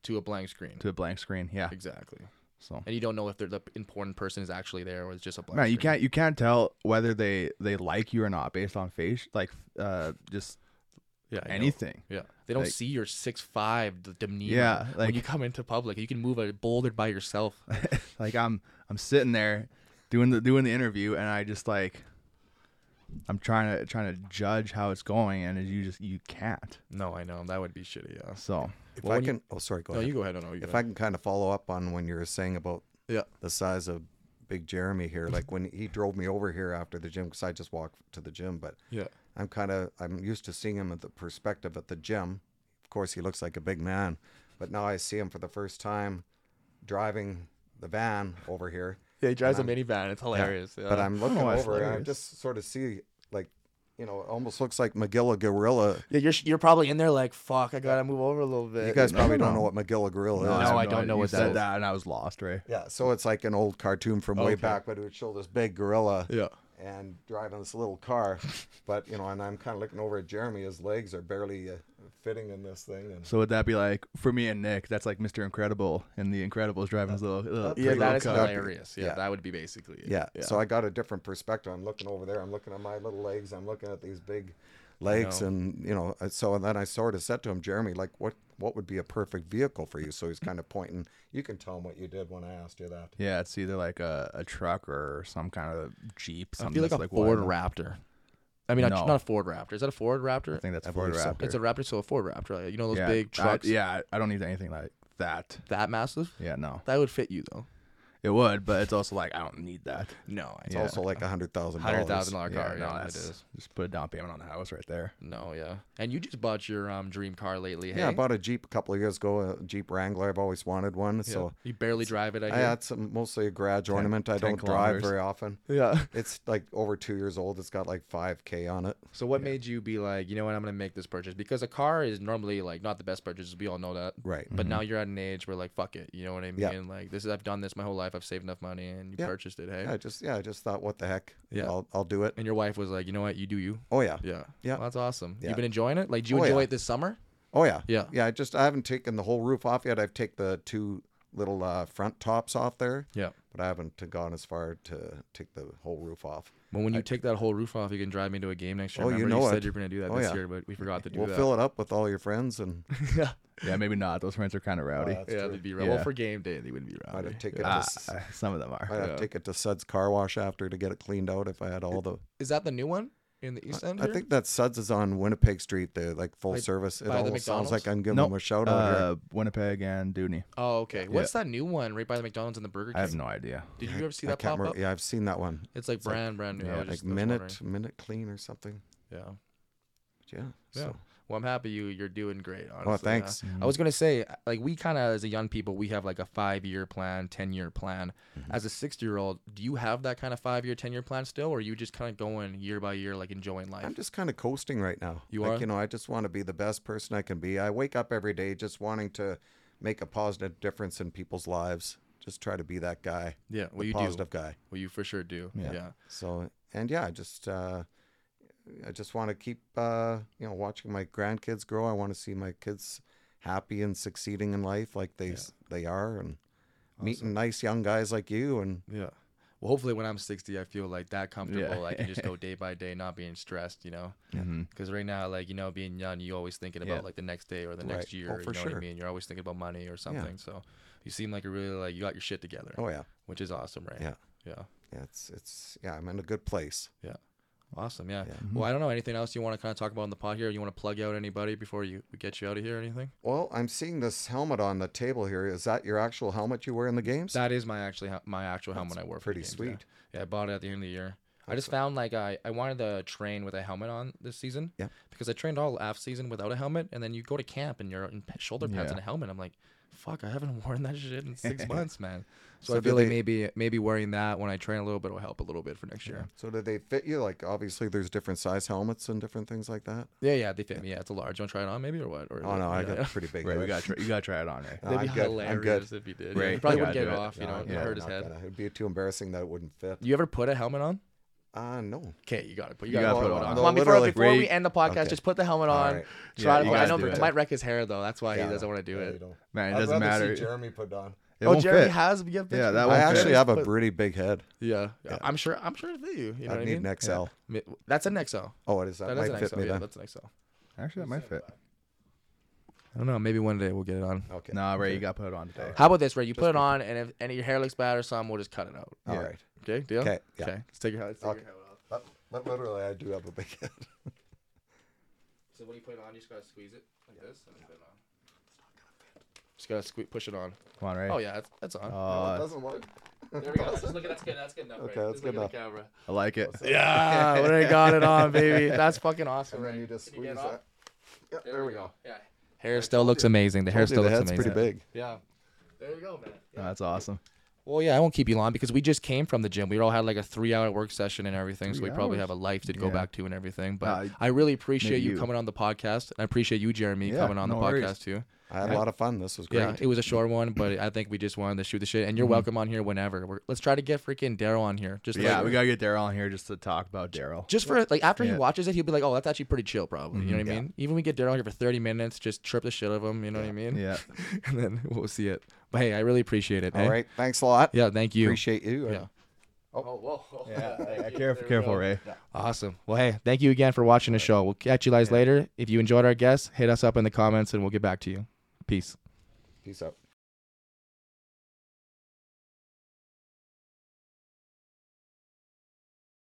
Speaker 2: To a blank screen.
Speaker 3: to a blank screen. Yeah.
Speaker 2: Exactly.
Speaker 3: So
Speaker 2: and you don't know if they're, the important person is actually there or it's just a blank.
Speaker 3: man, you
Speaker 2: screen.
Speaker 3: can't you can't tell whether they they like you or not based on face like uh just
Speaker 2: Yeah, I know.
Speaker 3: anything.
Speaker 2: Yeah, they don't
Speaker 3: like-
Speaker 2: see your six five demeanor.
Speaker 3: Yeah,
Speaker 2: when
Speaker 3: like-
Speaker 2: you come into public, you can move a boulder by yourself.
Speaker 3: Like I'm I'm sitting there doing the doing the interview and I just like I'm trying to trying to judge how it's going and you just you can't.
Speaker 2: No, I know that would be shitty. Yeah.
Speaker 3: So
Speaker 1: If
Speaker 2: Well,
Speaker 1: I
Speaker 2: when you-
Speaker 1: can, oh sorry, go
Speaker 2: No,
Speaker 1: ahead.
Speaker 2: you go ahead. No, no, you go
Speaker 1: if I
Speaker 2: ahead.
Speaker 1: can kind of follow up on when you were saying about
Speaker 2: Yeah.
Speaker 1: the size of Big Jeremy here, like when he drove me over here after the gym, because I just walked to the gym, but
Speaker 2: yeah,
Speaker 1: I'm kind of I'm used to seeing him at the perspective at the gym. Of course, he looks like a big man, but now I see him for the first time driving the van over here.
Speaker 2: yeah, he drives a
Speaker 1: I'm-
Speaker 2: minivan. It's hilarious. Yeah.
Speaker 1: But I'm looking
Speaker 3: why it's
Speaker 1: over and I
Speaker 3: hilarious.
Speaker 1: just sort of see like, you know, it almost looks like McGilla Gorilla.
Speaker 2: yeah, you're you're probably in there like fuck. I gotta move over a little bit.
Speaker 1: You guys
Speaker 2: know?
Speaker 1: probably don't know what McGilla Gorilla is.
Speaker 2: No,
Speaker 3: have
Speaker 2: I don't
Speaker 3: idea.
Speaker 2: know
Speaker 3: You
Speaker 2: what that
Speaker 3: said
Speaker 2: is.
Speaker 3: that and I was lost, right?
Speaker 1: Yeah, so it's like an old cartoon from way
Speaker 2: Okay.
Speaker 1: back, but it would show this big gorilla
Speaker 2: Yeah.
Speaker 1: and driving this little car. But you know, and I'm kind of looking over at Jeremy. His legs are barely uh, fitting in this thing. And
Speaker 3: So would that be like for me and Nick? That's like Mr. Incredible and the Incredibles driving his little, little
Speaker 2: Yeah,
Speaker 3: little
Speaker 2: that is
Speaker 3: car.
Speaker 2: hilarious. Yeah,
Speaker 1: Yeah.
Speaker 2: that would be basically. It.
Speaker 1: yeah, so I got a different perspective. I'm looking over there. I'm looking at my little legs. I'm looking at these big legs,
Speaker 2: know.
Speaker 1: and you know, uh, so and then I sort of said to him, Jeremy, like what what would be a perfect vehicle for you? So he's kind of pointing. You can tell him what you did when I asked you that.
Speaker 3: Yeah, it's either like a, a truck or some kind of jeep.
Speaker 2: I
Speaker 3: Something
Speaker 2: feel like a
Speaker 3: that's
Speaker 2: Ford
Speaker 3: wide.
Speaker 2: Raptor. I mean,
Speaker 3: No.
Speaker 2: not, not a Ford Raptor. Is that a Ford Raptor?
Speaker 3: I think that's
Speaker 1: I
Speaker 3: Ford
Speaker 1: believe so.
Speaker 3: Raptor.
Speaker 2: It's a Raptor, so a Ford Raptor. Like, you know those
Speaker 3: yeah,
Speaker 2: big trucks.
Speaker 3: I, yeah, I don't need anything like that.
Speaker 2: That massive.
Speaker 3: Yeah, no,
Speaker 2: That would fit you though.
Speaker 3: it would, but it's also like I don't need that.
Speaker 2: No,
Speaker 1: It's
Speaker 2: yeah.
Speaker 1: also like a hundred thousand dollars.
Speaker 2: hundred thousand dollar car.
Speaker 3: yeah, no,
Speaker 2: yeah, it
Speaker 3: that's,
Speaker 2: is.
Speaker 3: just put a down payment on the house right there.
Speaker 2: No, yeah. And you just bought your um dream car lately. Hey?
Speaker 1: Yeah, I bought a Jeep a couple of years ago, a Jeep Wrangler. I've always wanted one.
Speaker 2: Yeah.
Speaker 1: So
Speaker 2: you barely drive it. I
Speaker 1: I,
Speaker 2: hear.
Speaker 1: it's a- mostly a garage ornament. I
Speaker 3: 10
Speaker 1: don't drive
Speaker 3: kilometers.
Speaker 1: very often.
Speaker 2: yeah.
Speaker 1: It's like over two years old. It's got like five k on it.
Speaker 2: So what made you be like, you know what, I'm gonna make this purchase because a car is normally like not the best purchase. We all know that.
Speaker 1: Right.
Speaker 2: But now you're at an age where like fuck it, you know what I mean?
Speaker 1: Mm-hmm. Yeah.
Speaker 2: Like this is I've done this my whole life. I've saved enough money and you
Speaker 1: Yeah.
Speaker 2: purchased it. Hey.
Speaker 1: I just yeah, I just thought, what the heck?
Speaker 2: Yeah.
Speaker 1: I'll I'll do it.
Speaker 2: And your wife was like, you know what, you do you.
Speaker 1: Oh yeah,
Speaker 2: Yeah.
Speaker 1: Yeah.
Speaker 2: Well, that's awesome.
Speaker 1: Yeah.
Speaker 2: You've been enjoying it. Like, do you
Speaker 1: Oh,
Speaker 2: enjoy
Speaker 1: yeah.
Speaker 2: it this summer?
Speaker 1: oh yeah,
Speaker 2: Yeah.
Speaker 1: yeah. I just I haven't taken the whole roof off yet. I've taken the two little uh, front tops off there,
Speaker 2: Yeah.
Speaker 1: but I haven't t- gone as far to take the whole roof off.
Speaker 2: Well, when you take that whole roof off, you can drive me to a game next year.
Speaker 1: Oh, you
Speaker 2: Remember,
Speaker 1: know
Speaker 2: said
Speaker 1: it.
Speaker 2: you're gonna do that
Speaker 1: Oh,
Speaker 2: this
Speaker 1: yeah.
Speaker 2: year, but we forgot to do
Speaker 1: we'll
Speaker 2: that.
Speaker 1: fill it up with all your friends and
Speaker 2: yeah.
Speaker 3: Yeah, maybe not. Those friends are kind of rowdy.
Speaker 1: that's-
Speaker 2: Yeah,
Speaker 1: true.
Speaker 2: they'd be rowdy.
Speaker 3: Yeah.
Speaker 2: Well, for game day, they wouldn't be
Speaker 1: I'd
Speaker 2: rowdy.
Speaker 1: have taken
Speaker 3: Ah,
Speaker 1: to s-
Speaker 3: some of them
Speaker 1: I'd
Speaker 3: are.
Speaker 1: have
Speaker 2: Yeah.
Speaker 1: to take it to Sud's car wash after to get it cleaned out if I had all the
Speaker 2: Is that the new one? in the East End.
Speaker 1: I
Speaker 2: here?
Speaker 1: think that Suds is on Winnipeg Street. They're like full
Speaker 2: Like,
Speaker 1: service. It
Speaker 2: by the
Speaker 1: almost sounds
Speaker 2: McDonald's?
Speaker 1: like I'm giving
Speaker 3: Nope.
Speaker 1: them a shout out. here.
Speaker 3: Uh, Winnipeg and Dooney.
Speaker 2: Oh, okay. What's that new one right by the McDonald's and the Burger King?
Speaker 3: I have no idea.
Speaker 2: Did you ever see
Speaker 1: I
Speaker 2: that
Speaker 1: can't
Speaker 2: pop
Speaker 1: remember.
Speaker 2: up?
Speaker 1: Yeah, I've seen that one.
Speaker 2: It's like
Speaker 1: like-
Speaker 2: brand brand new. I
Speaker 3: yeah,
Speaker 2: was
Speaker 1: like
Speaker 2: just- I was
Speaker 1: minute
Speaker 2: wondering.
Speaker 1: minute clean or something.
Speaker 2: Yeah.
Speaker 1: Yeah.
Speaker 2: Yeah.
Speaker 1: So,
Speaker 2: Well, I'm happy you you're doing great. Honestly.
Speaker 1: well,
Speaker 2: yeah.
Speaker 1: Oh, thanks.
Speaker 2: I was gonna say, like we kind of as a young people, we have like a five year plan, ten year plan.
Speaker 1: Mm-hmm.
Speaker 2: As a sixty year old, do you have that kind of five year, ten year plan still, or are you just kind of going year by year, like enjoying life?
Speaker 1: I'm just kind of coasting right now.
Speaker 2: You
Speaker 1: like,
Speaker 2: are?
Speaker 1: You know, I just want to be the best person I can be. I wake up every day just wanting to make a positive difference in people's lives. Just try to be that guy,
Speaker 2: yeah, well
Speaker 1: the
Speaker 2: you
Speaker 1: positive guy.
Speaker 2: do, well you for sure do. Yeah.
Speaker 3: Yeah.
Speaker 1: So, and yeah, I just, uh, I just want to keep, uh, you know, watching my grandkids grow. I want to see my kids happy and succeeding in life, like they s they are, and meeting nice young guys like you. And
Speaker 2: Yeah. Well, hopefully when I'm 60, I feel like that comfortable.
Speaker 3: Yeah.
Speaker 2: I can just go day by day, not being stressed, you know?
Speaker 3: Mhm.
Speaker 2: Because right now, like, you know, being young, you always thinking about
Speaker 3: Yeah.
Speaker 2: like the next day or the
Speaker 1: Right.
Speaker 2: next year.
Speaker 1: Oh, for
Speaker 2: you know what
Speaker 1: sure.
Speaker 2: I mean? You're always thinking about money or something. So you seem like you're really like, you got your shit together,
Speaker 1: oh yeah,
Speaker 2: which is awesome, right?
Speaker 1: Yeah.
Speaker 2: Yeah.
Speaker 1: yeah, it's it's yeah, I'm in a good place.
Speaker 2: Awesome. Yeah.
Speaker 1: Yeah.
Speaker 2: Well, I don't know. Anything else you want to kind of talk about on the pod here? You want to plug out anybody before you we get you out of here or anything?
Speaker 1: Well, I'm seeing this helmet on the table here. Is that your actual helmet you wear in the games?
Speaker 2: That is my actually ho- my actual helmet I
Speaker 1: That's
Speaker 2: wore. for the
Speaker 1: pretty
Speaker 2: games,
Speaker 1: sweet.
Speaker 2: Yeah. yeah, I bought it at the end of the year. I
Speaker 1: That's
Speaker 2: just found like I, I wanted to train with a helmet on this season.
Speaker 1: Yeah.
Speaker 2: Because I trained all off season without a helmet, and then you go to camp and you're in pa- shoulder pads
Speaker 3: Yeah.
Speaker 2: and a helmet. I'm like, fuck, I haven't worn that shit in six months, man. So,
Speaker 1: So
Speaker 2: I feel
Speaker 1: do
Speaker 2: like
Speaker 1: they-
Speaker 2: maybe maybe wearing that when I train a little bit will help a little bit for next year.
Speaker 1: So do they fit you? Like obviously, there's different size helmets and different things like that.
Speaker 2: Yeah, yeah, they fit me. Yeah, it's a large. You want to try it on maybe or what? Or
Speaker 1: Oh no, I
Speaker 2: yeah,
Speaker 1: got
Speaker 2: yeah.
Speaker 1: pretty big.
Speaker 3: Right, we
Speaker 1: head.
Speaker 3: got try, you got to try it on, right?
Speaker 1: No,
Speaker 2: That'd
Speaker 1: I'm
Speaker 2: be
Speaker 1: good. I'm good.
Speaker 2: hilarious if you did.
Speaker 3: Right,
Speaker 2: Yeah, he
Speaker 3: you
Speaker 2: probably
Speaker 3: gotta
Speaker 2: wouldn't get
Speaker 3: do
Speaker 2: it
Speaker 3: it.
Speaker 2: off. You
Speaker 1: No,
Speaker 2: know,
Speaker 1: I'm
Speaker 2: it
Speaker 3: yeah,
Speaker 2: hurt his
Speaker 1: not
Speaker 2: head.
Speaker 1: gonna- It'd be too embarrassing that it wouldn't fit.
Speaker 2: You ever put a helmet on?
Speaker 1: Ah, no.
Speaker 2: Okay, you got to put. You,
Speaker 3: You
Speaker 2: got
Speaker 3: gotta
Speaker 2: to
Speaker 3: put it on.
Speaker 2: Come on, before,
Speaker 1: Literally.
Speaker 2: before we
Speaker 3: Wait.
Speaker 2: end the podcast,
Speaker 1: Okay.
Speaker 2: just put the helmet
Speaker 1: All
Speaker 2: on.
Speaker 1: right.
Speaker 2: Try
Speaker 3: Yeah,
Speaker 2: to
Speaker 3: you
Speaker 2: put, I
Speaker 3: gotta
Speaker 2: know
Speaker 3: do
Speaker 2: it
Speaker 3: it.
Speaker 2: might wreck his hair though. That's why he doesn't want to do
Speaker 1: Yeah, you
Speaker 2: it.
Speaker 1: don't-
Speaker 3: Man, it
Speaker 1: I'd
Speaker 3: doesn't
Speaker 1: rather
Speaker 3: matter.
Speaker 1: See Jeremy put on.
Speaker 3: It
Speaker 2: Oh,
Speaker 3: won't
Speaker 2: Jeremy
Speaker 3: fit.
Speaker 2: has. We have
Speaker 3: Yeah, that
Speaker 1: I
Speaker 3: won't fit.
Speaker 1: actually have a
Speaker 2: But-
Speaker 1: pretty big head.
Speaker 2: yeah,
Speaker 1: Yeah.
Speaker 2: I'm sure. I'm sure it's you. You know
Speaker 1: I
Speaker 2: what I
Speaker 1: need
Speaker 2: mean?
Speaker 1: an XL.
Speaker 2: Mi- That's an XO.
Speaker 1: Oh, it is. That,
Speaker 2: That is
Speaker 1: might
Speaker 2: an
Speaker 1: fit
Speaker 2: XO.
Speaker 1: me
Speaker 2: Yeah,
Speaker 1: then.
Speaker 2: that's an XO.
Speaker 3: Actually, that might fit.
Speaker 2: I don't know. Maybe one day we'll get it on.
Speaker 1: Okay.
Speaker 3: Nah, Ray, you got to put it on today.
Speaker 2: How about this, Ray? You put it on, and if and your hair looks bad or something, we'll just cut it out.
Speaker 1: All
Speaker 3: Yeah.
Speaker 1: right.
Speaker 2: Okay, deal.
Speaker 1: 'Kay, yeah.
Speaker 2: Okay, let's take your helmet.
Speaker 1: Okay. But, but literally, I do have a big head.
Speaker 2: So when you put it on, you just gotta squeeze it like this and put it on. Just gotta sque- push it on.
Speaker 3: Come on, Ray.
Speaker 2: Oh yeah, that's, that's on.
Speaker 1: it
Speaker 3: Uh,
Speaker 1: doesn't work.
Speaker 2: There we go. Just look at that's good. That's good enough.
Speaker 1: Okay, that's
Speaker 2: Just look
Speaker 1: good
Speaker 2: at the camera.
Speaker 3: I like
Speaker 2: Oh,
Speaker 3: it.
Speaker 2: Yeah, when I got it on, baby, that's fucking awesome.
Speaker 1: And then
Speaker 2: right?
Speaker 1: you just
Speaker 2: Can get
Speaker 1: squeeze
Speaker 2: it off?
Speaker 1: that. Yeah, there, we go.
Speaker 2: Yeah, hair still looks amazing. The hair
Speaker 1: Told you
Speaker 2: still
Speaker 1: the head's
Speaker 2: looks amazing.
Speaker 1: pretty big.
Speaker 2: Yeah. There you go, man.
Speaker 3: No, that's awesome.
Speaker 2: Well, yeah, I won't keep you long because we just came from the gym. We all had like a three-hour work session and everything, so we
Speaker 3: Three
Speaker 2: probably
Speaker 3: hours?
Speaker 2: have a life to go
Speaker 3: Yeah.
Speaker 2: back to and everything. But
Speaker 3: Nah,
Speaker 2: I really appreciate
Speaker 3: maybe
Speaker 2: you,
Speaker 3: you.
Speaker 2: coming on the podcast. I appreciate you, Jeremy,
Speaker 3: Yeah,
Speaker 2: coming on
Speaker 3: no
Speaker 2: the
Speaker 3: worries.
Speaker 2: podcast too.
Speaker 1: I had a lot of fun. This was great. Mm-hmm.
Speaker 2: Yeah, it was a short one, but I think we just wanted to shoot the shit. And you're welcome on here whenever. We're, let's try to get freaking Daryl on here. Just
Speaker 3: Yeah,
Speaker 2: like,
Speaker 3: we gotta get Daryl on here just to talk about Daryl.
Speaker 2: just for like after he
Speaker 3: Yeah.
Speaker 2: watches it, he'll be like, "Oh, that's actually pretty chill, probably." You know what I
Speaker 1: Mm-hmm. Yeah.
Speaker 2: mean? Even we get Daryl here for thirty minutes, just trip the shit out of him. You know what I mean?
Speaker 3: Yeah.
Speaker 2: and then we'll see it. But hey, I really appreciate it. eh?
Speaker 1: All right. Thanks a lot.
Speaker 2: Yeah, thank you.
Speaker 1: Appreciate you.
Speaker 2: Yeah.
Speaker 1: Oh,
Speaker 2: whoa.
Speaker 3: Yeah, careful, careful, Ray.
Speaker 2: Awesome. Well, hey, thank you again for watching the show. We'll catch you guys later. If you enjoyed our guests, hit us up in the comments and we'll get back to you. Peace.
Speaker 1: Peace out.